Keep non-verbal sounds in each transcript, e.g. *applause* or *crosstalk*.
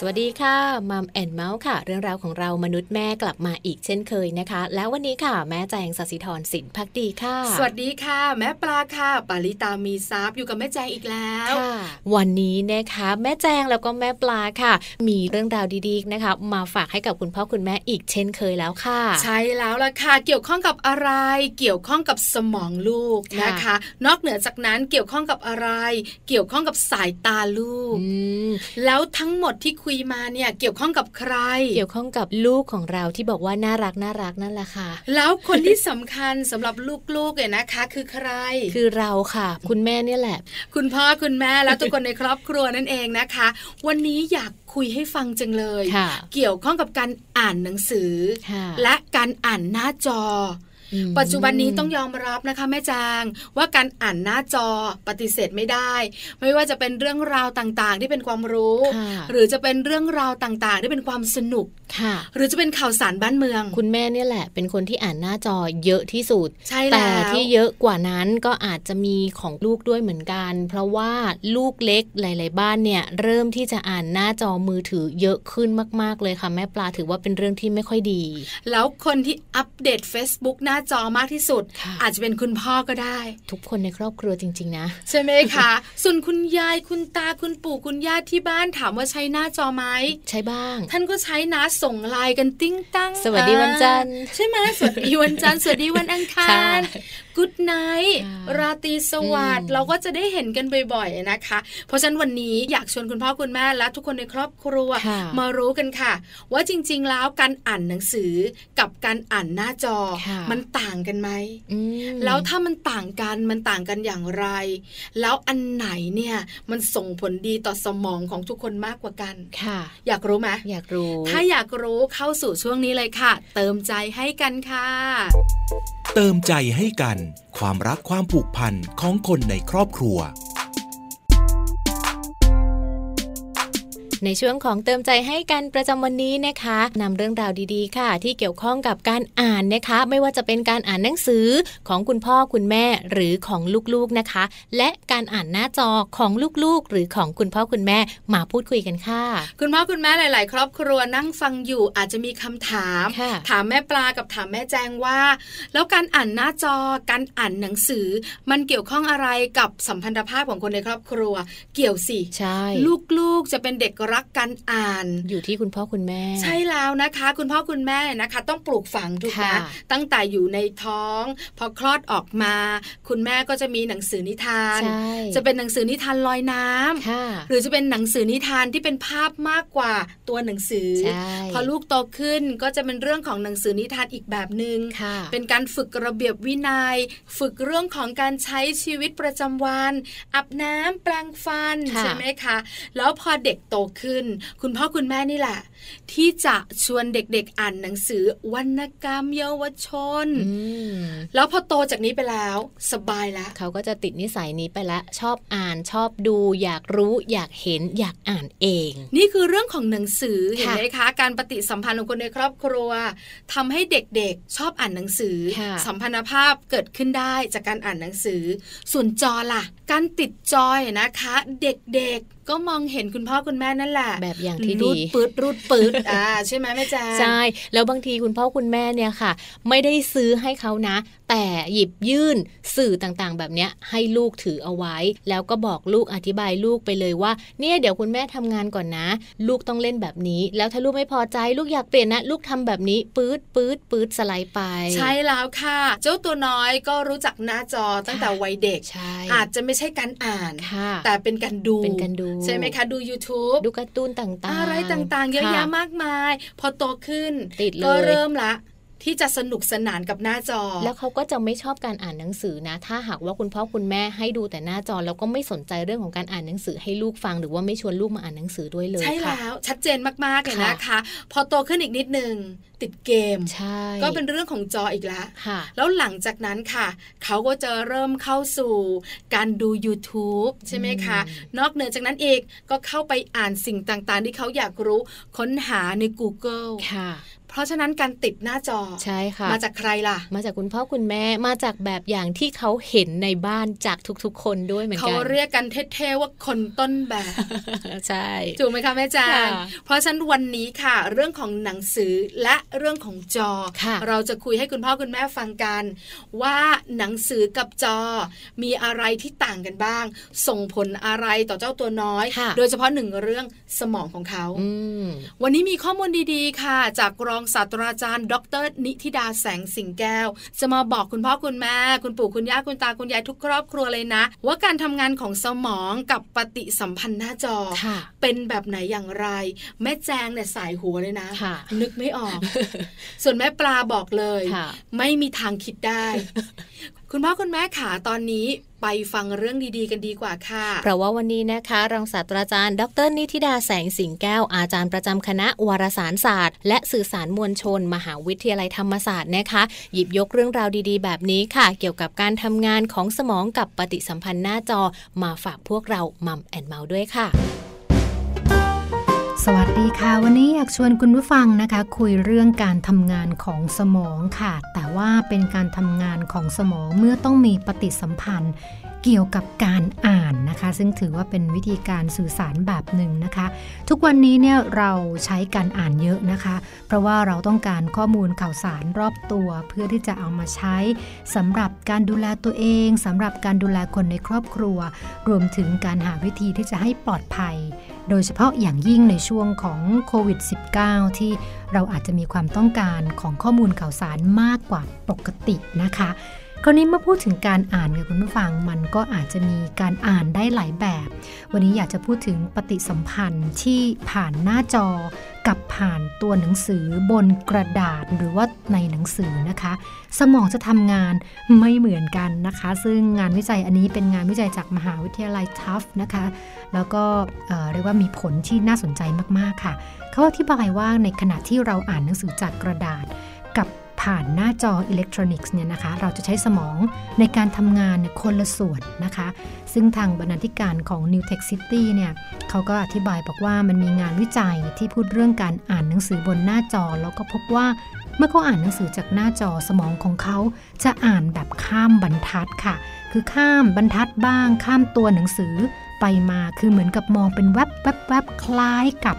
สวัสดีค่ะมัมแอนเมาส์ค่ะ เรื่องราวของเรามนุษย์แม่กลับมาอีกเช่นเคยนะคะ แล้ววันนี้ค่ะ แม่แจงสศิธรสินพักดีค่ะ สวัสดีค่ะ แม่ปลาค่ะ ปาริตามีซับอยู่กับแม่แจงอีกแล้ว ค่ะ วันนี้นะคะแม่แจงแล้วก็แม่ปลาค่ะ มีเรื่องราวดีๆนะคะ มาฝากให้กับคุณพ่อคุณแม่อีกเช่นเคยแล้วค่ะ ใช่แล้วล่ะค่ะ เกี่ยวข้องกับอะไร เกี่ยวข้องกับสมองลูกนะ ค่ะ คะ นอกเหนือจากนั้นเกี่ยวข้องกับอะไร เกี่ยวข้องกับสายตาลูก อืม แล้วทั้งหมดที่คุยมาเนี่ยเกี่ยวข้องกับใคร เกี่ยวข้องกับลูกของเราที่บอกว่าน่ารักน่ารักนั่นแหละค่ะ แล้วคนที่สำคัญสำหรับลูกๆเนี่ยนะคะ คือใคร คือเราค่ะ คุณแม่เนี่ยแหละ คุณพ่อคุณแม่และทุกคนในครอบครัวนั่นเองนะคะ วันนี้อยากคุยให้ฟังจังเลย ค่ะ เกี่ยวข้องกับการอ่านหนังสือ ค่ะ และการอ่านหน้าจอ อื อ ม ปัจจุบันนี้ต้องยอมรับนะคะแม่จาง ว่าการอ่านหน้าจอปฏิเสธไม่ได้ ไม่ว่าจะเป็นเรื่องราวต่างๆ ที่เป็นความรู้ ค่ะ หรือจะเป็นเรื่องราวต่างๆ ที่เป็นความสนุก ค่ะ หรือจะเป็นข่าวสารบ้านเมือง คุณแม่เนี่ยแหละ เป็นคนที่อ่านหน้าจอเยอะที่สุด ใช่ แต่ แล้ว ที่เยอะกว่านั้นก็อาจจะมีของลูกด้วยเหมือนกัน เพราะว่าลูกเล็กหลาย ๆ บ้านเนี่ย เริ่มที่จะอ่านหน้าจอมือถือเยอะขึ้นมาก ๆ เลยค่ะ แม่ปลาถือว่าเป็นเรื่องที่ไม่ค่อยดี แล้วคนที่อัปเดต Facebook หน้าจอมากที่สุด ค่ะ อาจจะเป็นคุณพ่อก็ได้ ทุกคนในครอบครัวจริง ๆ นะ ใช่ไหมคะ *laughs* ส่วนคุณยายคุณตาคุณปู่คุณย่าที่บ้านถามว่าใช้หน้าจอไหม ใช่บ้าง *laughs* ท่านก็ใช้นะส่งไลน์กันติ้งตั้ง สวัสดี อ่า วันจันทร์ ใช่ไหมสวัสดีวันจันทร์ สวัสดีวันอังคา ค่ะ รกุ d ไนท์ ค่ะ ราตรีสวัสดิ์ อืม เราก็จะได้เห็นกันบ่อยๆนะคะ เพราะฉะนั้นวันนี้อยากชวนคุณพ่อคุณแม่และทุกคนในครอบครัว ค่ะ มารู้กันค่ะ ว่าจริงๆแล้วการอ่านหนังสือกับการอ่านหน้าจอ ค่ะ มันต่างกันไหม อืม แล้วถ้ามันต่างกันมันต่างกันอย่างไร แล้วอันไหนเนี่ยมันส่งผลดีต่อสมองของทุกคนมากกว่ากัน ค่ะ อยากรู้ไหม อยากรู้ ถ้าอยากรู้เข้าสู่ช่วงนี้เลยค่ะ เติมใจให้กันค่ะ เติมใจให้กัน ความรักความผูกพันของคนในครอบครัว ในช่วงของเติมใจให้กันประจำวันนี้นะคะนำเรื่องราวดีๆ ค่ะ ที่เกี่ยวข้องกับการอ่านนะคะ ไม่ว่าจะเป็นการอ่านหนังสือของคุณพ่อคุณแม่หรือของลูกๆนะคะ และการอ่านหน้าจอของลูกๆ หรือของคุณพ่อคุณแม่มาพูดคุยกันค่ะ คุณพ่อคุณแม่หลาย ๆ ครอบครัวนั่งฟังอยู่อาจจะมีคำถาม ค่ะ ถามแม่ปลากับถามแม่แจงว่า แล้วการอ่านหน้าจอการอ่านหนังสือ มันเกี่ยวข้องอะไรกับสัมพันธภาพของคนในครอบครัว เกี่ยวสิ ใช่ ลูกๆจะเป็นเด็กรักการอ่าน อยู่ที่คุณพ่อคุณแม่ ใช่แล้วนะคะ คุณพ่อคุณแม่นะคะ ต้องปลูกฝังถูกไหม ค่ะ ตั้งแต่อยู่ในท้อง พอคลอดออกมา คุณแม่ก็จะมีหนังสือนิทาน ใช่ จะเป็นหนังสือนิทานลอยน้ำ ค่ะ หรือจะเป็นหนังสือนิทานที่เป็นภาพมากกว่าตัวหนังสือ ใช่ พอลูกโตขึ้นก็จะเป็นเรื่องของหนังสือนิทานอีกแบบหนึง่ง ค่ะ เป็นการฝึกระเบียบวินยัย ฝึกเรื่องของการใช้ชีวิตประจำวันอาบน้ำแปรงฟัน ค่ะ ใช่ไหมคะแล้วพอเด็กโตขึ้น คุณพ่อคุณแม่นี่แหละ ที่จะชวนเด็กๆอ่านหนังสือวรรณกรรมเยาวชน อืม แล้วพอโตจากนี้ไปแล้วสบายแล้ว เขาก็จะติดนิสัยนี้ไปละชอบอ่านชอบดู อยากรู้อยากเห็นอยากอ่านเอง นี่คือเรื่องของหนังสือเห็น ค่ะ ไหมคะ การปฏิสัมพันธ์ของคนในครอบครัวทำให้เด็กๆ ชอบอ่านหนังสือ ค่ะ สัมพันธภาพเกิดขึ้นได้จากการอ่านหนังสือ ส่วนจอล่ะ การติดจอยนะคะ เด็กๆ ก็มองเห็นคุณพ่อคุณแม่นั่นแหละ แบบอย่างที่ รู ดี ดปืดรูดปืดอ่าใช่ไหมแม่แจ๊ะ ใช่ แล้วบางทีคุณพ่อคุณแม่เนี่ยค่ะ ไม่ได้ซื้อให้เขานะ แต่หยิบยื่นสื่อต่างๆ แบบเนี้ยให้ลูกถือเอาไว้ แล้วก็บอกลูกอธิบายลูกไปเลยว่า เนี่ยเดี๋ยวคุณแม่ทำงานก่อนนะ ลูกต้องเล่นแบบนี้ แล้วถ้าลูกไม่พอใจลูกอยากเปลี่ยนนะ ลูกทำแบบนี้ปื๊ดปื๊ดปื๊ดสไลด์ไป ใช่แล้วค่ะ เจ้าตัวน้อยก็รู้จักหน้าจอตั้งแต่ ค่ะ วัยเด็ก ใช่ อาจจะไม่ใช่การอ่าน ค่ะ แต่เป็นการดู เป็นการดู ใช่ไหมคะดู YouTube ดูการ์ตูนต่างๆ อะไรต่างๆ เยอะ ค่ แยะมากมาย พอโตขึ้น ติดเลย ก็เริ่มละ ที่จะสนุกสนานกับหน้าจอ แล้วเขาก็จะไม่ชอบการอ่านหนังสือนะ ถ้าหากว่าคุณพ่อคุณแม่ให้ดูแต่หน้าจอ แล้วก็ไม่สนใจเรื่องของการอ่านหนังสือให้ลูกฟัง หรือว่าไม่ชวนลูกมาอ่านหนังสือด้วยเลย ใช่ ค่ะ แล้วชัดเจนมากๆเลย ค่ะ นะคะ พอโตขึ้นอีกนิดนึง ติดเกม ใช่ ก็เป็นเรื่องของจออีกละ ค่ะ แล้วหลังจากนั้นค่ะ เขาก็จะเริ่มเข้าสู่การดู YouTube ใช่ไหมคะ อืม นอกเหนือจากนั้นเองก็เข้าไปอ่านสิ่งต่างๆ ที่เขาอยากรู้ค้นหาใน Google ค่ะ เพราะฉะนั้นการติดหน้าจอ ใช่ค่ะ มาจากใครล่ะ มาจากคุณพ่อคุณแม่มาจากแบบอย่างที่เขาเห็นในบ้านจากทุกๆ คนด้วยเหมือน เขา กัน เรียกกันเท่ๆว่าคนต้นแบบ ใช่ ถูกไหมคะแม่แจาง ค่ะ เพราะฉะนั้นวันนี้ค่ะ เรื่องของหนังสือและเรื่องของจอ ค่ะ เราจะคุยให้คุณพ่อคุณแม่ฟังกัน ว่าหนังสือกับจอ มีอะไรที่ต่างกันบ้าง ส่งผลอะไรต่อเจ้าตัวน้อย ค่ะ โดยเฉพาะหนึ่งเรื่องสมองของเขา อืม วันนี้มีข้อมูลดีๆ ค่ะ จากรองศาสตราจารย์ ดร นิธิดาแสงสิงแก้ว จะมาบอกคุณพ่อคุณแม่ คุณปู่คุณย่าคุณตาคุณยายทุกครอบครัวเลยนะ ว่าการทำงานของสมองกับปฏิสัมพันธ์หน้าจอ ค่ะ เป็นแบบไหนอย่างไร แม่แจงเนี่ยสายหัวเลยนะ ค่ะ นึกไม่ออก ส่วนแม่ปลาบอกเลย ค่ะ ไม่มีทางคิดได้ *laughs* คุณพ่อคุณแม่ขาตอนนี้ไปฟังเรื่องดีๆ กันดีกว่าค่ะ เพราะว่าวันนี้นะคะรองศาสตราจารย์ ดรนิติดาแสงสิงแก้ว อาจารย์ประจำคณะวารสารศาสตร์ และสื่อสารมวลชน มหาวิทยาลัยธรรมศาสตร์นะคะ หยิบยกเรื่องราวดีๆ แบบนี้ค่ะ เกี่ยวกับการทำงานของสมองกับปฏิสัมพันธ์หน้าจอมาฝากพวกเรามัมแอนเมาส์ด้วยค่ะ สวัสดีค่ะ วันนี้อยากชวนคุณผู้ฟังนะคะ คุยเรื่องการทำงานของสมองค่ะ แต่ว่าเป็นการทำงานของสมองเมื่อต้องมีปฏิสัมพันธ์ เกี่ยวกับการอ่านนะคะ ซึ่งถือว่าเป็นวิธีการสื่อสารแบบหนึ่งนะคะ ทุกวันนี้เนี่ยเราใช้การอ่านเยอะนะคะ เพราะว่าเราต้องการข้อมูลข่าวสารรอบตัว เพื่อที่จะเอามาใช้สำหรับการดูแลตัวเองสำหรับการดูแลคนในครอบครัว รวมถึงการหาวิธีที่จะให้ปลอดภัย โดยเฉพาะอย่างยิ่งในช่วงของโควิด -19 ที่เราอาจจะมีความต้องการของข้อมูลข่าวสารมากกว่าปกตินะคะ คราวนี้เมื่อพูดถึงการอ่านค่ะคุณผู้ฟังมันก็อาจจะมีการอ่านได้หลายแบบ วันนี้อยากจะพูดถึงปฏิสัมพันธ์ที่ผ่านหน้าจอ กับผ่านตัวหนังสือบนกระดาษหรือว่าในหนังสือนะคะ สมองจะทำงานไม่เหมือนกันนะคะ ซึ่งงานวิจัยอันนี้เป็นงานวิจัยจากมหาวิทยาลัยทัฟนะคะ แล้วก็เอ่อเรียกว่ามีผลที่น่าสนใจมาก ๆ ค่ะ เขาอธิบายว่าในขณะที่เราอ่านหนังสือจากกระดาษ กับผ่านหน้าจออิเล็กทรอนิกส์เนี่ยนะคะ เราจะใช้สมองในการทำงานเนี่ยคนละส่วนนะคะ ซึ่งทางบรรณาธิการของ New Tech City เนี่ยเขาก็อธิบายบอกว่ามันมีงานวิจัยที่พูดเรื่องการอ่านหนังสือบนหน้าจอ แล้วก็พบว่าเมื่อเขาอ่านหนังสือจากหน้าจอสมองของเขา จะอ่านแบบข้ามบรรทัดค่ะ คือข้ามบรรทัดบ้าง ข้ามตัวหนังสือไปมาคือเหมือนกับมองเป็นแวบแวบแวบคล้ายกับ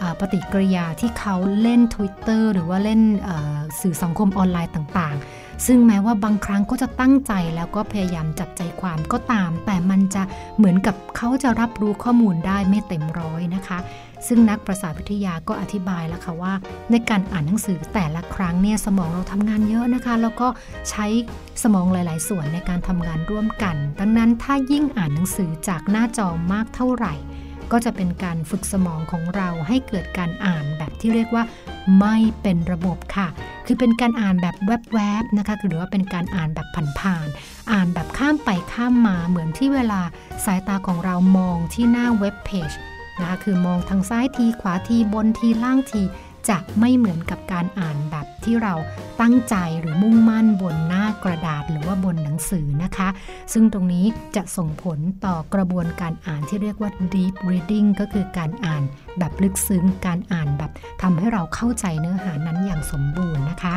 เอ่อปฏิกิริยาที่เขาเล่น Twitter หรือว่าเล่นเอ่อสื่อสังคมออนไลน์ต่างๆ ซึ่งแม้ว่าบางครั้งก็จะตั้งใจแล้วก็พยายามจับใจความก็ตาม แต่มันจะเหมือนกับเขาจะรับรู้ข้อมูลได้ไม่เต็มร้อยนะคะ ซึ่งนักประสาทวิทยาก็อธิบายแล้วค่ะว่า ในการอ่านหนังสือแต่ละครั้งเนี่ยสมองเราทำงานเยอะนะคะ แล้วก็ใช้สมองหลาย ๆ ส่วนในการทำงานร่วมกัน ดังนั้นถ้ายิ่งอ่านหนังสือจากหน้าจอมากเท่าไหร่ ก็จะเป็นการฝึกสมองของเราให้เกิดการอ่านแบบที่เรียกว่า ไม่เป็นระบบค่ะ คือเป็นการอ่านแบบแวบๆนะคะหรือว่าเป็นการอ่านแบบผ่านๆอ่านแบบข้ามไปข้ามมาเหมือนที่เวลาสายตาของเรามองที่หน้าเว็บเพจ นะคะคือมองทางซ้ายทีขวาทีบนทีล่างที จะไม่เหมือนกับการอ่านแบบที่เราตั้งใจหรือมุ่งมั่นบนหน้ากระดาษหรือว่าบนหนังสือนะคะ ซึ่งตรงนี้จะส่งผลต่อกระบวนการอ่านที่เรียกว่า deep reading ก็คือการอ่านแบบลึกซึ้งการอ่านแบบทำให้เราเข้าใจเนื้อหานั้นอย่างสมบูรณ์นะคะ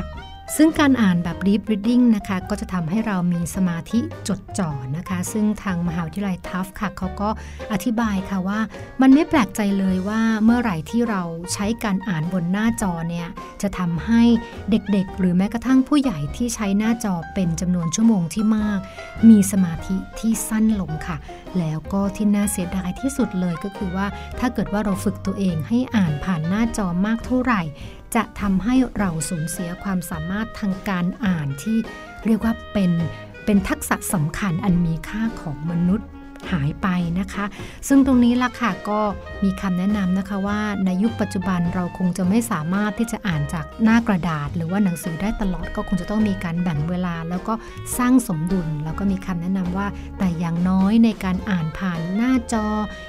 ซึ่งการอ่านแบบ deep reading นะคะ ก็จะทำให้เรามีสมาธิจดจ่อนะคะ ซึ่งทางมหาวิทยาลัยทัฟค่ะเขาก็อธิบายค่ะว่า มันไม่แปลกใจเลยว่าเมื่อไหร่ที่เราใช้การอ่านบนหน้าจอเนี่ย จะทำให้เด็กๆ หรือแม้กระทั่งผู้ใหญ่ที่ใช้หน้าจอเป็นจำนวนชั่วโมงที่มาก มีสมาธิที่สั้นลงค่ะ แล้วก็ที่น่าเสียดายที่สุดเลยก็คือว่า ถ้าเกิดว่าเราฝึกตัวเองให้อ่านผ่านหน้าจอมากเท่าไหร่ จะทำให้เราสูญเสียความสามารถทางการอ่านที่เรียกว่าเป็นเป็นทักษะสำคัญอันมีค่าของมนุษย์หายไปนะคะ ซึ่งตรงนี้ล่ะค่ะก็มีคำแนะนำนะคะว่าในยุคปัจจุบันเราคงจะไม่สามารถที่จะอ่านจากหน้ากระดาษ หรือว่าหนังสือได้ตลอดก็คงจะต้องมีการแบ่งเวลา แล้วก็สร้างสมดุล แล้วก็มีคำแนะนำว่า แต่อย่างน้อยในการอ่านผ่านหน้าจอ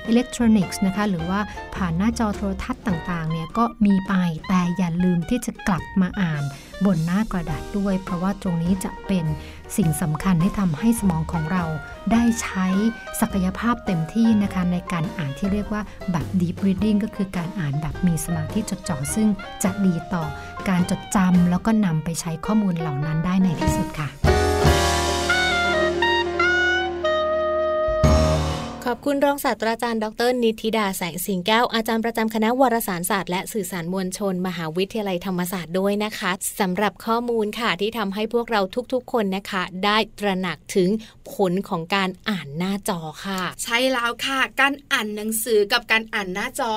อิเล็กทรอนิกส์นะคะหรือว่าผ่านหน้าจอโทรทัศน์ต่างๆเนี่ยก็มีไปแต่อย่าลืมที่จะกลับมาอ่าน บนหน้ากระดาษด้วย เพราะว่าตรงนี้จะเป็นสิ่งสำคัญที่ทำให้สมองของเราได้ใช้ศักยภาพเต็มที่นะคะในการอ่านที่เรียกว่าแบบ deep reading ก็คือการอ่านแบบมีสมาธิจดจ่อซึ่งจะดีต่อการจดจำแล้วก็นำไปใช้ข้อมูลเหล่านั้นได้ในที่สุดค่ะ ขอบคุณรองศาสตราจารย์ดร นิติดาแสงสิงแก้ว อาจารย์ประจำคณะวารสารศาสตร์และสื่อสารมวลชน มหาวิทยาลัยธรรมศาสตร์ด้วยนะคะสำหรับข้อมูลค่ะที่ทำให้พวกเราทุกๆ คนนะคะ ได้ตระหนักถึงผลของการอ่านหน้าจอค่ะ ใช่แล้วค่ะ การอ่านหนังสือกับการอ่านหน้าจอ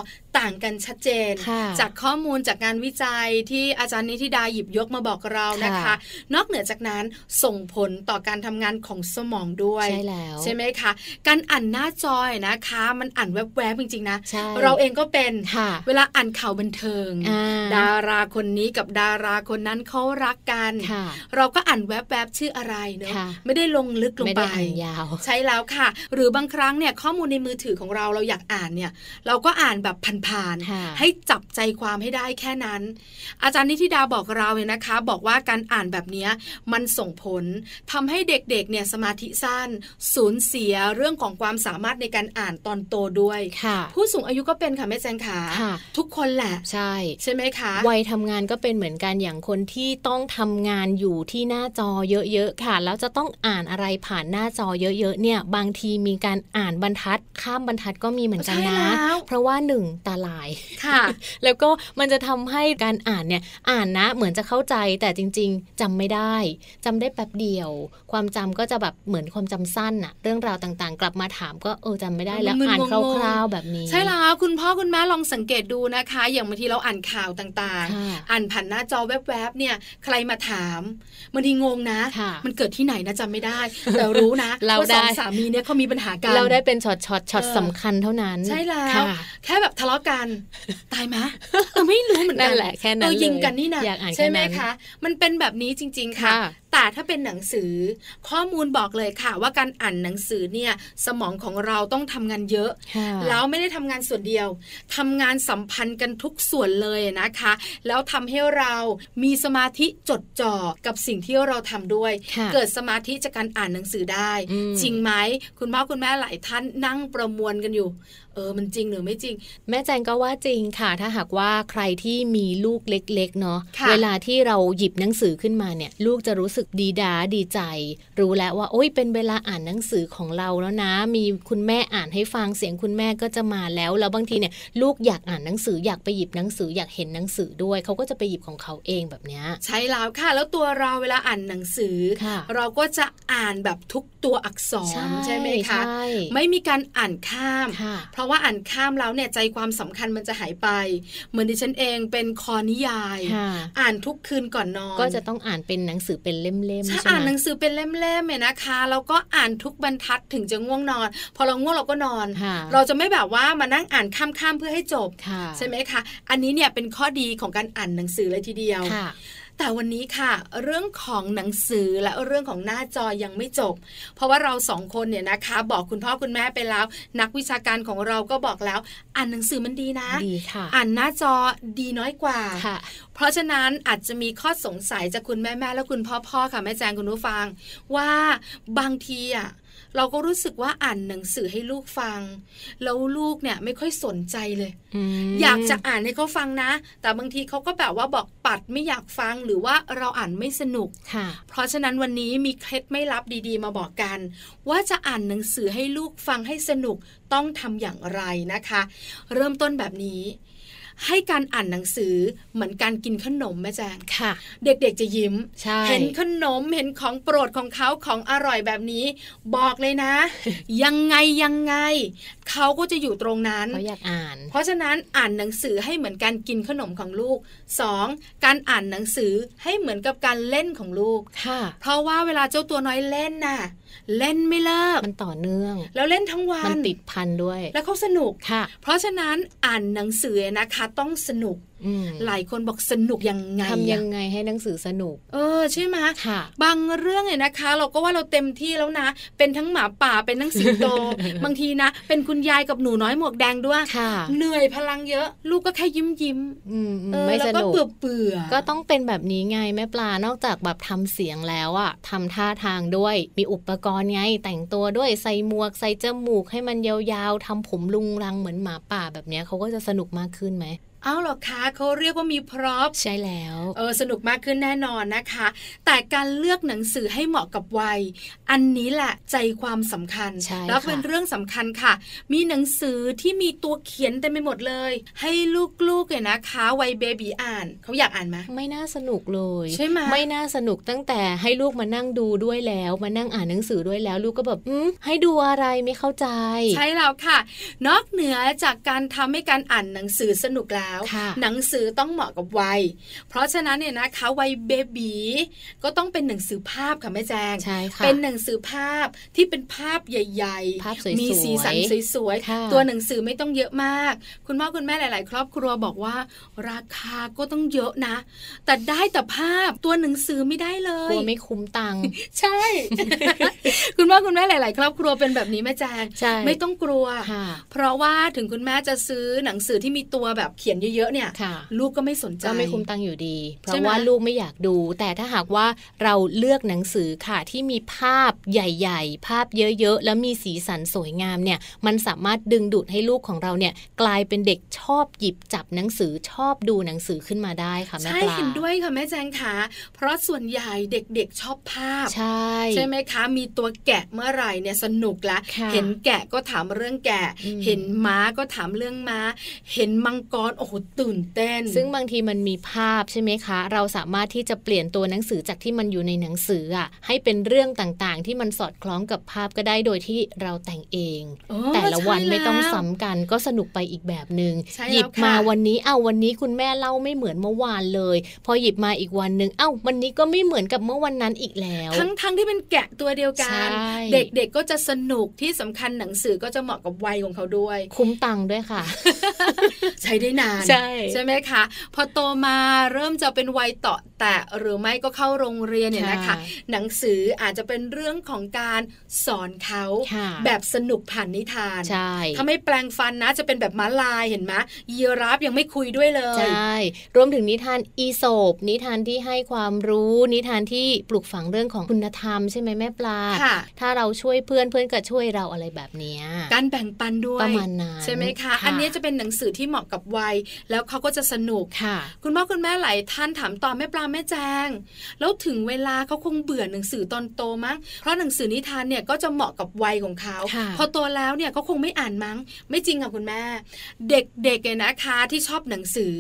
ต่างกันชัดเจน ค่ะ จากข้อมูลจากงานวิจัยที่อาจารย์นิธิดาหยิบยกมาบอกเรานะคะ ค่ะ นอกเหนือจากนั้นส่งผลต่อการทำงานของสมองด้วย ใช่แล้ว ใช่ไหมคะ การอ่านหน้าจอยนะคะ มันอ่านแวบๆจริงๆนะ ใช่ เราเองก็เป็น ค่ะ เวลาอ่านข่าวบันเทิง อ่ ดาราคนนี้กับดาราคนนั้นเขารักกัน ค่ะ เราก็อ่านแวบๆชื่ออะไรเนอะ ค่ะ ไม่ได้ลงลึกลง ไม่ ไป ได้อ่านยาว ใช่แล้วค่ะ หรือบางครั้งเนี่ยข้อมูลในมือถือของเราเราอยากอ่านเนี่ย เราก็อ่านแบบผ่าน ค่ะ ๆให้จับใจความให้ได้แค่นั้น อาจารย์นิธิดาบอกเราเนี่ยนะคะ บอกว่าการอ่านแบบเนี้ยมันส่งผลทำให้เด็กๆเนี่ยสมาธิสั้น สูญเสียเรื่องของความสามารถในการอ่านตอนโตด้วย ค่ะ ผู้สูงอายุก็เป็นค่ะแม่แจงขา ค่ะ ทุกคนแหละ ใช่ ใช่ไหมคะ วัยทำงานก็เป็นเหมือนกันอย่างคนที่ต้องทำงานอยู่ที่หน้าจอเยอะๆค่ะ แล้วจะต้องอ่านอะไรผ่านหน้าจอเยอะๆเนี่ย บางทีมีการอ่านบรรทัด ข้ามบรรทัดก็มีเหมือนกัน ใช่ นะ แล้ว เพราะว่าหนึ่งตาลาย ค่ะ *laughs* แล้วก็มันจะทำให้การอ่านเนี่ยอ่านนะเหมือนจะเข้าใจแต่จริง ๆจำไม่ได้จำได้แป๊บเดียว ความจำก็จะแบบเหมือนความจำสั้นอะเรื่องราวต่างๆ กลับมาถามก็เออจำไม่ได้แล้ว มึนๆ อ่าน งงๆ คร่าวๆแบบนี้ ใช่แล้วคุณพ่อคุณแม่ลองสังเกตดูนะคะ อย่างบางทีเราอ่านข่าวต่างๆ ค่ะ อ่านผ่านหน้าจอแวบๆ เนี่ย ใครมาถามบางทีงงนะ ค่ะ มันเกิดที่ไหนนะจำไม่ได้ แต่รู้นะ *laughs* เรา ว่าสอง ได้ สามีเนี่ยเขามีปัญหากัน เราได้เป็นช็อตช็อตช็อต เออ สำคัญเท่านั้น ใช่แล้ว ค่ะ แค่แบบทะเลาะกัน ตายมะเออไม่รู้เหมือนกั นั่นแหละแค่นั้น เออ เล ยิงกันนี่นะ อยากอ่าน ใช่ แค่ ไหม นั้น คะ มันเป็นแบบนี้จริง ๆ ค่ะ ค่ะ แต่ถ้าเป็นหนังสือ ข้อมูลบอกเลยค่ะ ว่าการอ่านหนังสือเนี่ย สมองของเราต้องทำงานเยอะ ค่ะ แล้วไม่ได้ทำงานส่วนเดียว ทำงานสัมพันธ์กันทุกส่วนเลยนะคะ แล้วทำให้เรามีสมาธิจดจ่อกับสิ่งที่เราทำด้วย ค่ะ เกิดสมาธิจากการอ่านหนังสือได้ อืม จริงไหม คุณพ่อคุณแม่หลายท่านนั่งประมวลกันอยู่ เออ มันจริงหรือไม่จริง แม่แจงก็ว่าจริงค่ะ ถ้าหากว่าใครที่มีลูกเล็กๆเนาะ ค่ะ เวลาที่เราหยิบหนังสือขึ้นมาเนี่ย ลูกจะรู้สึกดีดาดีใจ รู้แล้วว่า โอ้ยเป็นเวลาอ่านหนังสือของเราแล้วนะ มีคุณแม่อ่านให้ฟังเสียงคุณแม่ก็จะมาแล้ว แล้วบางทีเนี่ยลูกอยากอ่านหนังสืออยากไปหยิบหนังสืออยากเห็นหนังสือด้วย เขาก็จะไปหยิบของเขาเองแบบเนี้ย ใช่แล้วค่ะ แล้วตัวเราเวลาอ่านหนังสือ ค่ะ เราก็จะอ่านแบบทุกตัวอักษรไหมคะ ใช่ ไม่มีการอ่านข้าม ค่ะ เพราะว่าอ่านข้ามแล้วเนี่ยใจความสำคัญมันจะหายไป เหมือนดิฉันเองเป็นคอนิยาย ค่ะ อ่านทุกคืนก่อนนอน ก็จะต้องอ่านเป็นหนังสือเป็นเล่มๆ ถ้า ใช่ อ่าน ไหม หนังสือเป็นเล่มๆเนี่ยนะคะแล้วก็อ่านทุกบรรทัดถึงจะง่วงนอน พอเราง่วงเราก็นอน ค่ะ เราจะไม่แบบว่ามานั่งอ่านข้ามๆเพื่อให้จบ ค่ะ ใช่ไหมคะ อันนี้เนี่ยเป็นข้อดีของการอ่านหนังสือเลยทีเดียว ค่ะ แต่วันนี้ค่ะ เรื่องของหนังสือและเรื่องของหน้าจอยังไม่จบ เพราะว่าเราสองคนเนี่ยนะคะ บอกคุณพ่อคุณแม่ไปแล้ว นักวิชาการของเราก็บอกแล้ว อ่านหนังสือมันดีนะ ดีค่ะ อ่านหน้าจอดีน้อยกว่า ค่ะ เพราะฉะนั้นอาจจะมีข้อสงสัยจากคุณแม่แม่ๆและคุณพ่อพ่อๆค่ะแม่แจงคุณผู้ฟัง ว่าบางทีอ่ะเราก็รู้สึกว่าอ่านหนังสือให้ลูกฟัง แล้วลูกเนี่ยไม่ค่อยสนใจเลย ม อยากจะอ่านให้เขาฟังนะ แต่บางทีเขาก็แบบว่าบอกปัดไม่อยากฟังหรือว่าเราอ่านไม่สนุก ค่ะ เพราะฉะนั้นวันนี้มีเคล็ดไม่ลับดีๆ มาบอกกัน ว่าจะอ่านหนังสือให้ลูกฟังให้สนุกต้องทำอย่างไรนะคะ เริ่มต้นแบบนี้ ให้การอ่านหนังสือเหมือนการกินขนมแม่แจง ค่ะ เด็กๆจะยิ้ม ใช่ เห็นขนมเห็นของโปรดของเขาของอร่อยแบบนี้ บอกเลยนะ ยังไงยังไงเขาก็จะอยู่ตรงนั้น เขาอยากอ่าน เพราะฉะนั้นอ่านหนังสือให้เหมือนการกินขนมของลูก 2. การอ่านหนังสือให้เหมือนกับการเล่นของลูก ค่ะ เพราะว่าเวลาเจ้าตัวน้อยเล่นน่ะ เล่นไม่เลิก มันต่อเนื่อง แล้วเล่นทั้งวัน มันติดพันด้วย แล้วเขาสนุก ค่ะ เพราะฉะนั้นอ่านหนังสือนะคะต้องสนุก อืม หลายคนบอกสนุกยังไงอะ ทำยังไงให้หนังสือสนุก เออใช่ไหมะ ค่ะ บางเรื่องเนี่ยนะคะ เราก็ว่าเราเต็มที่แล้วนะ เป็นทั้งหมาป่าเป็นทั้งสิง *laughs* โต บางทีนะ เป็นคุณยายกับหนูน้อยหมวกแดงด้วย ค่ะ เหนื่อยพลังเยอะ ลูกก็แค่ยิ้มยิ้ม อืมอืม เออ ไม่ แล้ ส วก็ นุก เบื่อเบื่อๆ ก็ต้องเป็นแบบนี้ไงแม่ปลานอกจากแบบทำเสียงแล้วอะทำท่าทางด้วย มีอุปกรณ์ไง แต่งตัวด้วยใส่หมวกใส่จมูกให้มันยาวๆทำผมลุงรังเหมือนหมาป่าแบบเนี้ยเขาก็จะสนุกมากขึ้นไหม เอ้าเหรอคะเขาเรียกว่ามีพร็อพ ใช่แล้ว เออสนุกมากขึ้นแน่นอนนะคะ แต่การเลือกหนังสือให้เหมาะกับวัย อันนี้แหละใจความสำคัญ ใช่ แล้ว ค่ะ เป็นเรื่องสำคัญค่ะ มีหนังสือที่มีตัวเขียนเต็มไปหมดเลย ให้ลูกๆเนี่ยนะคะวัยเบบีอ่านเขาอยากอ่านไหม ไม่น่าสนุกเลย ใช่ไหม น่าสนุกตั้งแต่ให้ลูกมานั่งดูด้วยแล้ว มานั่งอ่านหนังสือด้วยแล้ว ลูกก็แบบอืมให้ดูอะไรไม่เข้าใจ ใช่แล้วค่ะ นอกเหนือจากการทำให้การอ่านหนังสือสนุกแล้ว ค่ะ หนังสือต้องเหมาะกับวัย เพราะฉะนั้นเนี่ยนะคะวัยเบบีก็ต้องเป็นหนังสือภาพค่ะแม่แจง ใช่ค่ะ เป็นหนังสือภาพที่เป็นภาพใหญ่ ภาพสวยๆ มีสีสันสวย ค่ะ ๆ ตัวหนังสือไม่ต้องเยอะมาก คุณพ่อคุณแม่หลาย ๆ ครอบครัวบอกว่า ราคาก็ต้องเยอะนะ แต่ได้แต่ภาพตัวหนังสือไม่ได้เล ก ย ลัวไม่คุ้มตังค์ ใช่ *laughs* คุณพ่อคุณแม่หลาย ๆ ครอบครัวเป็นแบบนี้แม่แจง ใช่ ไม่ต้องกลัว ค่ะ เพราะว่าถึงคุณแม่จะซื้อหนังสือที่มีตัวแบบเขียนเยอะๆเนี่ย ค่ะ ลูกก็ไม่สนใจ ก็ไม่คุ้มตังค์อยู่ดี เพ ใช่ ราะ ไหม ว่าลูกไม่อยากดู แต่ถ้าหากว่าเราเลือกหนังสือค่ะที่มีภาพใหญ่ๆ ภาพเยอะๆ แล้วมีสีสันสวยงามเนี่ย มันสามารถดึงดูดให้ลูกของเราเนี่ย กลายเป็นเด็กชอบหยิบจับหนังสือชอบดูหนังสือขึ้นมาได้ค่ะแม่ ใช่ ปลา เห็นด้วยค่ะแม่แจงค่ะเพราะส่วนใหญ่เด็กๆชอบภาพ ใช่ ไหมคะ มีตัวแกะเมื่อไหร่เนี่ยสนุกละ ค่ะ เห็นแกะก็ถามเรื่องแกะ อืม เห็นม้าก็ถามเรื่องม้า เห็นมังกรโอ้โหตื่นเต้น ซึ่งบางทีมันมีภาพใช่ไหมคะ เราสามารถที่จะเปลี่ยนตัวหนังสือจากที่มันอยู่ในหนังสืออ่ะให้เป็นเรื่องต่างๆ ที่มันสอดคล้องกับภาพก็ได้โดยที่เราแต่งเอง โอ้ แต่ละวัน ใช่ ไม่ต้อง แล้ว ซ้ำกันก็สนุกไปอีกแบบหนึง่ง ใช่แล้ว หยิบมา ค่ะ วันนี้เอ้าวันนี้คุณแม่เล่าไม่เหมือนเมื่อวานเลย พอหยิบมาอีกวันหนึ่งเอ้าวันนี้ก็ไม่เหมือนกับเมื่อวันนั้นอีกแล้ว ทั้งทั้งที่เป็นแกะตัวเดียวกัน ใช่ เด็กๆก็จะสนุกที่สำคัญหนังสือก็จะเหมาะกับวัยของเขาด้วย คุ้มตังค์ด้วยค่ะ ใช้ได้นาน ใช่ ไหมคะ พอโตมาเริ่มจะเป็นวัยเต่อแต่หรือไม่ก็เข้าโรงเรียนเนี่ยนะคะ หนังสืออาจจะเป็นเรื่องของการสอนเขา ค่ะ แบบสนุกผ่านนิทาน ใช่ ถ้าไม่แปลงฟันนะ จะเป็นแบบม้าลายเห็นไหมยีราฟยังไม่คุยด้วยเลย ใช่รวมถึงนิทานอีโสบนิทานที่ให้ความรู้ นิทานที่ปลูกฝังเรื่องของคุณธรรมใช่ไหมแม่ปลา ค่ะ ถ้าเราช่วยเพื่อนเพื่อนก็ช่วยเราอะไรแบบเนี้ย การแบ่งปันด้ว ป ย ระมาณนั้น ใช่ไหมคะ อันนี้จะเป็นหนังสือที่เหมาะกับวัย แล้วเขาก็จะสนุก ค่ะ คุณพ่อคุณแม่หลายท่านถามต่อแม่ปลาแม่แจง แล้วถึงเวลาเขาคงเบื่อหนังสือตอนโตมั้งเพราะหนังสือนิทานเนี่ยก็จะเหมาะกับวัยของเขา ค่ะ พอโตแล้วเนี่ยเขาคงไม่อ่านมั้ง ไม่จริงค่ะคุณแม่ เด็กๆเนี่ยนะคะที่ชอบหนังสือ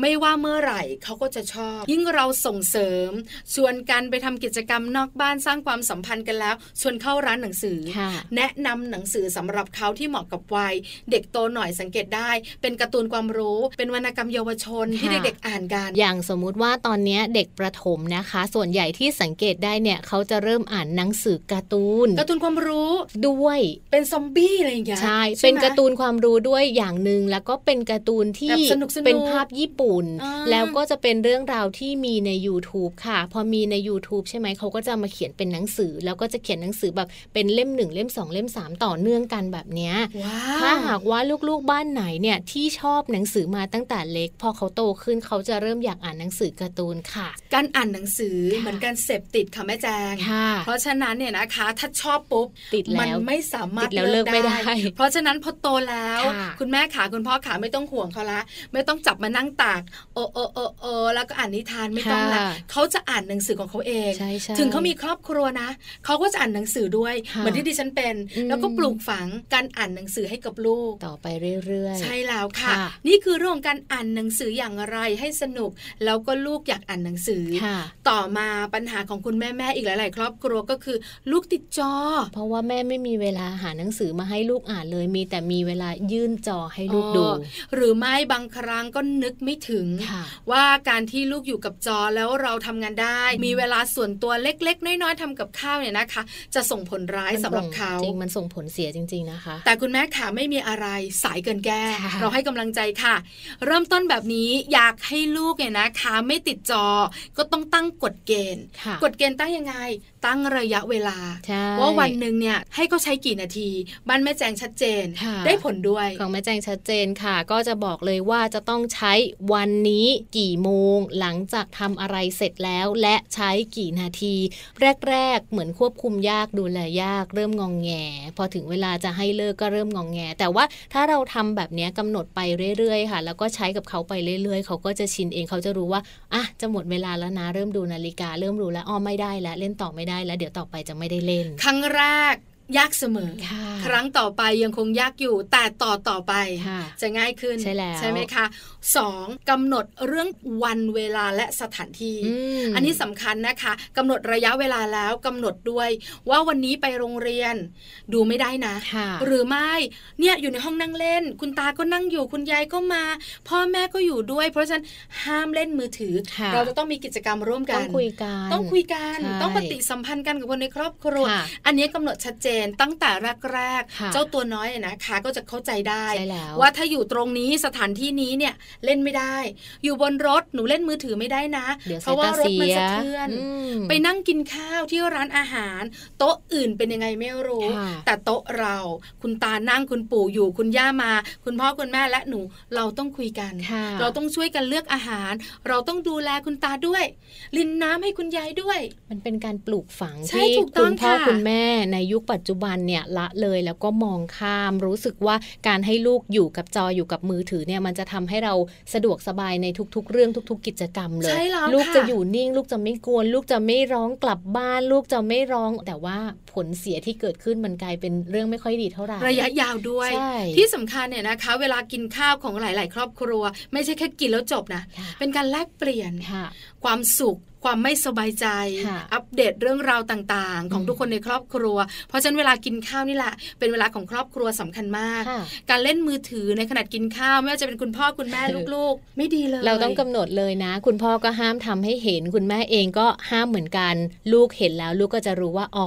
ไม่ว่าเมื่อไหร่เขาก็จะชอบ ยิ่งเราส่งเสริม ชวนกันไปทำกิจกรรมนอกบ้านสร้างความสัมพันธ์กันแล้ว ชวนเข้าร้านหนังสือ ค่ะ แนะนำหนังสือสำหรับเขาที่เหมาะกับวัย เด็กโตหน่อยสังเกตได้ เป็นการ์ตูนความรู้ เป็นวรรณกรรมเยาวชนที่ ค่ะ เด็กๆอ่านกัน อย่างสมมุติว่าตอนเนี้ยเด็กประถมนะคะ ส่วนใหญ่ที่สังเกตได้เนี่ยเขาจะเริ่มอ่านหนังสือการ์ตูน การ์ตูนความรู้ ด้วย เป็นซอมบี้อะไรอย่างเงี้ย ใช่ ใช่ เป็น ไหม การ์ตูนความรู้ด้วยอย่างหนึ่งแล้วก็เป็นการ์ตูนที่ แบบสนุกๆ เป็นภาพญี่ปุ่น อ่า แล้วก็จะเป็นเรื่องราวที่มีใน YouTube ค่ะ พอมีใน YouTube ใช่ไหมเขาก็จะมาเขียนเป็นหนังสือ แล้วก็จะเขียนหนังสือแบบเป็นเล่มหนึ่งเล่มสองเล่มสามต่อเนื่องกันแบบเนี้ย ว้า ถ้าว หากว่าลูกๆบ้านไหนเนี่ยที่ชอบหนังสือมาตั้งแต่เล็ก พอเขาโตขึ้นเขาจะเริ่มอยากอ่านหนังสือการ์ตูนค่ะ การอ่านหนังสือ ค่ะ เหมือนการเสพติดค่ะแม่แจง ค่ะ เพราะฉะนั้นเนี่ยนะคะ ถ้าชอบปุ๊บ ติดแล้ว มันไม่สามารถ ติดแล้วเลิกไม่ได้ เพราะฉะนั้นพอโตแล้ว ค่ะ คุณแม่ขาคุณพ่อขาไม่ต้องห่วงเขาละ ไม่ต้องจับมานั่งตากโอโอโอโอแล้วก็อ่านนิทานไม่ต้องละเขาจะอ่านหนังสือของเขาเอง ใช่ใช่ ถึงเขามีครอบครัวนะ เขาก็จะอ่านหนังสือด้วย ค่ะ เหมือนที่ดิฉันเป็น อืม แล้วก็ปลูกฝังการอ่านหนังสือให้กับลูก ต่อไปเรื่อย ใช่แล้วค่ะ ค่ะ นี่คือเรื่องของการอ่านหนังสืออย่างไรให้สนุก แล้วก็ลูกอยากอ่านหนังสือ ค่ะ ต่อมาปัญหาของคุณแม่แม่ๆอีกหลาย ๆ ครอบครัวก็คือ ลูกติดจอ เพราะว่าแม่ไม่มีเวลาหาหนังสือมาให้ลูกอ่านเลย มีแต่มีเวลายื่นจอให้ลูกดู อ๋อ หรือไม่บางครั้งก็นึกไม่ถึง ค่ะ ว่าการที่ลูกอยู่กับจอแล้วเราทำงานได้ มีเวลาส่วนตัวเล็ก ๆ น้อย ๆทำกับข้าวเนี่ยนะคะ จะส่งผลร้ายสำหรับเขา จริงมันส่งผลเสียจริง ๆนะคะ แต่คุณแม่ขาไม่มีอะไรสายเกินแก้ ค่ะ เราให้กำลังใจค่ะ เริ่มต้นแบบนี้อยากให้ลูกเนี่ยนะคะ ไม่ติดจอ ก็ต้องตั้งกฎเกณฑ์ ค่ะ กฎเกณฑ์ตั้งยังไง ตั้งระยะเวลา ใช่ ว่าวันหนึ่งเนี่ยให้เขาใช้กี่นาที บ้านแม่แจงชัดเจน ค่ะ ได้ผลด้วย ของแม่แจงชัดเจนค่ะ ก็จะบอกเลยว่าจะต้องใช้วันนี้กี่โมง หลังจากทำอะไรเสร็จแล้วและใช้กี่นาที แรก ๆ เหมือนควบคุมยากดูแลยากเริ่มงองแง พอถึงเวลาจะให้เลิกก็เริ่มงองแง แต่ว่าถ้าเราทำแบบเนี้ยกำหนดไปเรื่อยๆค่ะ แล้วก็ใช้กับเขาไปเรื่อยๆ เขาก็จะชินเองเขาจะรู้ว่าอ่ะจะหมดเวลาแล้วนะเริ่มดูนาฬิกาเริ่มรู้แล้วอ้อไม่ได้แล้วเล่นต่อไม่ได้แล้ว เดี๋ยวต่อไปจะไม่ได้เล่น ครั้งแรกยากเสมอ ค่ะ ครั้งต่อไปยังคงยากอยู่แต่ต่อต่อไป ค่ะ จะง่ายขึ้น ใช่แล้ว ไหมคะสองกำหนดเรื่องวันเวลาและสถานที่ ม อันนี้สำคัญนะคะกำหนดระยะเวลาแล้วกำหนดด้วย ว่าวันนี้ไปโรงเรียนดูไม่ได้นะ ค่ะ หรือไม่เนี่ยอยู่ในห้องนั่งเล่น คุณตาก็นั่งอยู่คุณยายก็มา พ่อแม่ก็อยู่ด้วย เพราะฉะนั้นห้ามเล่นมือถือ ค่ะ เราจะต้องมีกิจกรรมร่วมกั ต้อน งคุยกัน ต้องคุยกัน ใช่ ต้องปฏิสัมพันธ์กันกับคนในครอบครัว ค่ะ อันนี้กำหนดชัดเจนตั้งแต่แรก ค่ะ ๆ เจ้าตัวน้อยเนี่ยนะคะก็จะเข้าใจได้ ใช่แล้ว ว่าถ้าอยู่ตรงนี้สถานที่นี้เนี่ยเล่นไม่ได้ อยู่บนรถหนูเล่นมือถือไม่ได้นะ เดี๋ยว เพราะว่ารถมันสะเทือน อืม ไปนั่งกินข้าวที่ร้านอาหาร โต๊ะอื่นเป็นยังไงไม่รู้ ค่ะ แต่โต๊ะเรา คุณตานั่งคุณปู่อยู่คุณย่ามา คุณพ่อคุณแม่และหนูเราต้องคุยกัน ค่ะ เราต้องช่วยกันเลือกอาหาร เราต้องดูแลคุณตาด้วย ลินน้ำให้คุณยายด้วย มันเป็นการปลูกฝัง ใช่ ที่ ถูกต้ คุ อง ณพ่อ ค่ะ คุณแม่ในยุคปัจจุบันเนี่ยละเลยแล้วก็มองข้ามรู้สึกว่าการให้ลูกอยู่กับจออยู่กับมือถือเนี่ยมันจะทำให้เราสะดวกสบายในทุก ๆ เรื่องทุก ๆ กิจกรรมเลย ใช่แล้ว ลูก ค่ะ จะอยู่นิ่ง ลูกจะไม่กวน ลูกจะไม่ร้องกลับบ้าน ลูกจะไม่ร้อง แต่ว่าผลเสียที่เกิดขึ้นมันกลายเป็นเรื่องไม่ค่อยดีเท่าไหร่ ระยะยาวด้วย ใช่ ที่สำคัญเนี่ยนะคะ เวลากินข้าวของหลาย ๆ ครอบครัว ไม่ใช่แค่กินแล้วจบนะ ค่ะ เป็นการแลกเปลี่ยน ค่ะ ความสุข ความไม่สบายใจ ค่ะ อัปเดตเรื่องราวต่างๆ ของ อืม ทุกคนในครอบครัว เพราะฉะนั้นเวลากินข้าวนี่แหละ เป็นเวลาของครอบครัวสำคัญมาก ค่ะ การเล่นมือถือในขณะกินข้าว ไม่ว่าจะเป็นคุณพ่อคุณแม่ เออ ลูกๆ ไม่ดีเลย เราต้องกำหนดเลยนะ คุณพ่อก็ห้ามทำให้เห็น คุณแม่เองก็ห้ามเหมือนกัน ลูกเห็นแล้วลูกก็จะรู้ว่าอ๋อ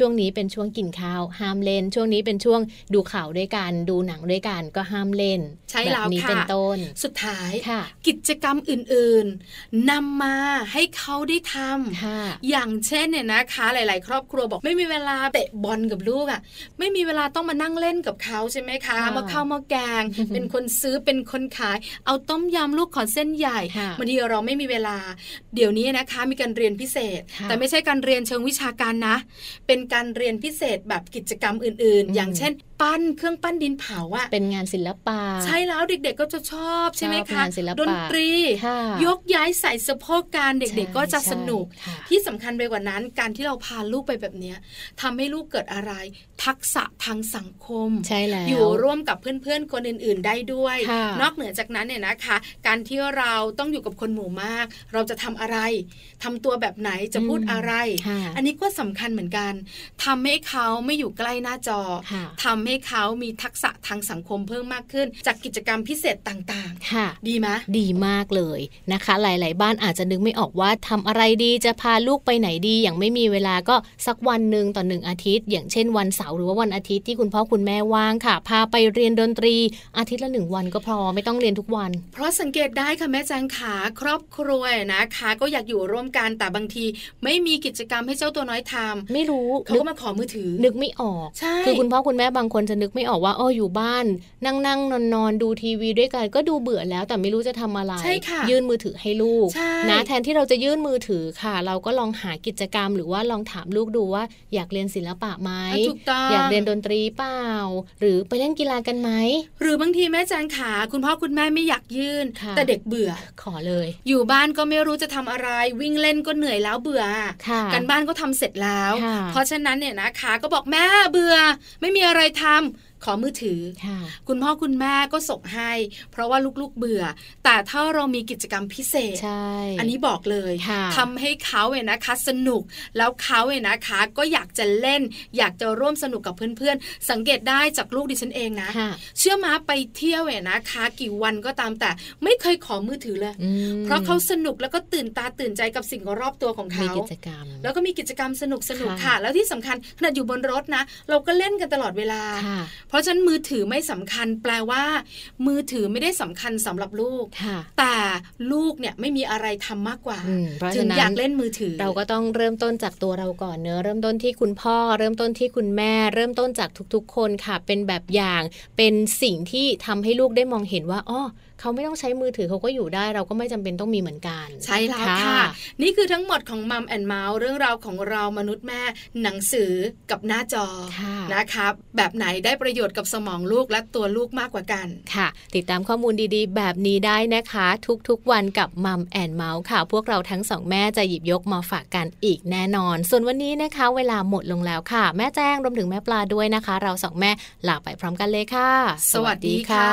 ช่วงนี้เป็นช่วงกินข้าว ห้ามเล่น ช่วงนี้เป็นช่วงดูข่าวด้วยกัน ดูหนังด้วยกันก็ห้ามเล่น ใช่แล้ว บบนี้ ค่ะ เป็นต้น สุดท้าย ค่ะ กิจกรรมอื่นๆนำมาให้เขาได้ทำ ค่ะ อย่างเช่นเนี่ยนะคะหลาย ๆ ครอบครัวบอกไม่มีเวลาเตะบอลกับลูกอะ่ะไม่มีเวลาต้องมานั่งเล่นกับเขาใช่ไหมคะ ค่ะ มาเข้าวมาแก *laughs* ง อือหือ เป็นคนซื้อเป็นคนขาย เอาต้มยำลูกขอเส้นใหญ่ ค่ะ บางทีเราไม่มีเวลา เดี๋ยวนี้นะคะมีการเรียนพิเศษ ค่ะ แต่ไม่ใช่การเรียนเชิงวิชาการนะ เป็นการเรียนพิเศษแบบกิจกรรมอื่น ๆ อย่างเช่น ปั้นเครื่องปั้นดินเผาอะ เป็นงานศิลปะ ใช่แล้วเด็ก ๆ ก็จะชอบใช่ไหม ชอบ คะ งานศิลปะ ดนตรี ค่ะ ยกย้ายใส่สะโพกการเด็ก ๆ ก็จะ ใช่ สนุก ค่ะ ที่สำคัญไปกว่านั้นการที่เราพาลูกไปแบบเนี้ยทำให้ลูกเกิดอะไร ทักษะทางสังคม ใช่แล้ว อยู่ร่วมกับเพื่อนๆ คนอื่น ๆ ได้ด้วย ค่ะ นอกเหนือจากนั้นเนี่ยนะคะ การที่เราต้องอยู่กับคนหมู่มาก เราจะทำอะไรทำตัวแบบไหนจะพูดอะไร ค่ะ อันนี้ก็สำคัญเหมือนกันทำให้เขาไม่อยู่ใกล้หน้าจอ ค่ะ ทำให้เขามีทักษะทางสังคมเพิ่มมากขึ้น จากกิจกรรมพิเศษต่าง ค่ะ ๆ ดีไหม ดีมากเลยนะคะ หลาย ๆ บ้านอาจจะนึกไม่ออกว่าทำอะไรดีจะพาลูกไปไหนดี อย่างไม่มีเวลาก็สักวันหนึ่งต่อหนึ่งอาทิตย์ อย่างเช่นวันเสาร์หรือว่าวันอาทิตย์ที่คุณพ่อคุณแม่ว่างค่ะ พาไปเรียนดนตรีอาทิตย์ละหนึ่งวันก็พอไม่ต้องเรียนทุกวัน เพราะสังเกตได้ค่ะแม่แจงขาครอบครัวนะคะ ก็อยากอยู่ร่วมกันแต่บางที ไม่มีกิจกรรมให้เจ้าตัวน้อยทำ ไม่รู้ เขา นึก ก็มาขอมือถือ นึกไม่ออก ใช่ คือคุณพ่อคุณแม่บางคนจะนึกไม่ออกว่าอ้ออยู่บ้าน นั่งนั่งนอนนอนๆดูทีวีด้วยกันก็ดูเบื่อแล้วแต่ไม่รู้จะทำอะไร ใช่ค่ะ ยื่นมือถือให้ลูก ใช่ นะแทนที่เราจะยื่นมือถือค่ะ เราก็ลองหากิจกรรม หรือว่าลองถามลูกดูว่าอยากเรียนศิลปะไหม อ่ะถูกต้อง อยากเรียนดนตรีเปล่า หรือไปเล่นกีฬากันไหม หรือบางทีแม่แจงขาคุณพ่อคุณแม่ไม่อยากยื่น ค่ะ แต่เด็กเบื่อ ขอเลย อยู่บ้านก็ไม่รู้จะทำอะไร วิ่งเล่นก็เหนื่อยแล้วเบื่อ ค่ะ กันบ้านก็ทำเสร็จแล้ว ค่ะ เพราะฉะนั้นเนี่ยนะคะก็บอกแม่เบื่อ ไม่มีอะไรทำขอมือถือ ค่ะ คุณพ่อคุณแม่ก็ส่งให้ เพราะว่าลูกๆเบื่อ แต่ถ้าเรามีกิจกรรมพิเศษ ใช่ อันนี้บอกเลย ค่ะ ทำให้เขาเนี่ยนะคะสนุกแล้วเขาเนี่ยนะคะก็อยากจะเล่น อยากจะร่วมสนุกกับเพื่อนๆ สังเกตได้จากลูกดิฉันเองนะ ค่ะ เชื่อมาไปเที่ยวเนี่ยนะคะ กี่วันก็ตามแต่ไม่เคยขอมือถือเลย อืม เพราะเขาสนุกแล้วก็ตื่นตาตื่นใจกับสิ่งรอบตัวของ มี เขาม กิจกรรม แล้วก็มีกิจกรรมสนุกๆ ค่ะ ค่ะ แล้วที่สำคัญขณะอยู่บนรถนะ เราก็เล่นกันตลอดเวลา ค่ะ เพราะฉะนั้นมือถือไม่สำคัญ แปลว่า มือถือไม่ได้สำคัญสำหรับลูก ค่ะ แต่ลูกเนี่ยไม่มีอะไรทำมากกว่า อืมเพราะ จึ ฉะ ง นั้น อยากเล่นมือถือ เราก็ต้องเริ่มต้นจากตัวเราก่อนเนอะเริ่มต้นที่คุณพ่อ เริ่มต้นที่คุณแม่ เริ่มต้นจากทุกๆ คนค่ะ เป็นแบบอย่าง เป็นสิ่งที่ทำให้ลูกได้มองเห็นว่าอ๋อเขาไม่ต้องใช้มือถือเขาก็อยู่ได้ เราก็ไม่จำเป็นต้องมีเหมือนกัน ใช่แล้วค่ะ นี่คือทั้งหมดของมัมแอนเมาส์เรื่องราวของเรามนุษย์แม่ หนังสือกับหน้าจอ ค่ะ นะครับ แบบไหนได้ประโยชน์กับสมองลูกและตัวลูกมากกว่ากัน ค่ะ ติดตามข้อมูลดีๆ แบบนี้ได้นะคะ ทุกๆ วันกับมัมแอนเมาส์ค่ะ พวกเราทั้งสองแม่จะหยิบยกมาฝากกันอีกแน่นอน ส่วนวันนี้นะคะ เวลาหมดลงแล้วค่ะ แม่แจ้งรวมถึงแม่ปลาด้วยนะคะ เราสองแม่ลาไปพร้อมกันเลยค่ะ สวัสดีค่ะ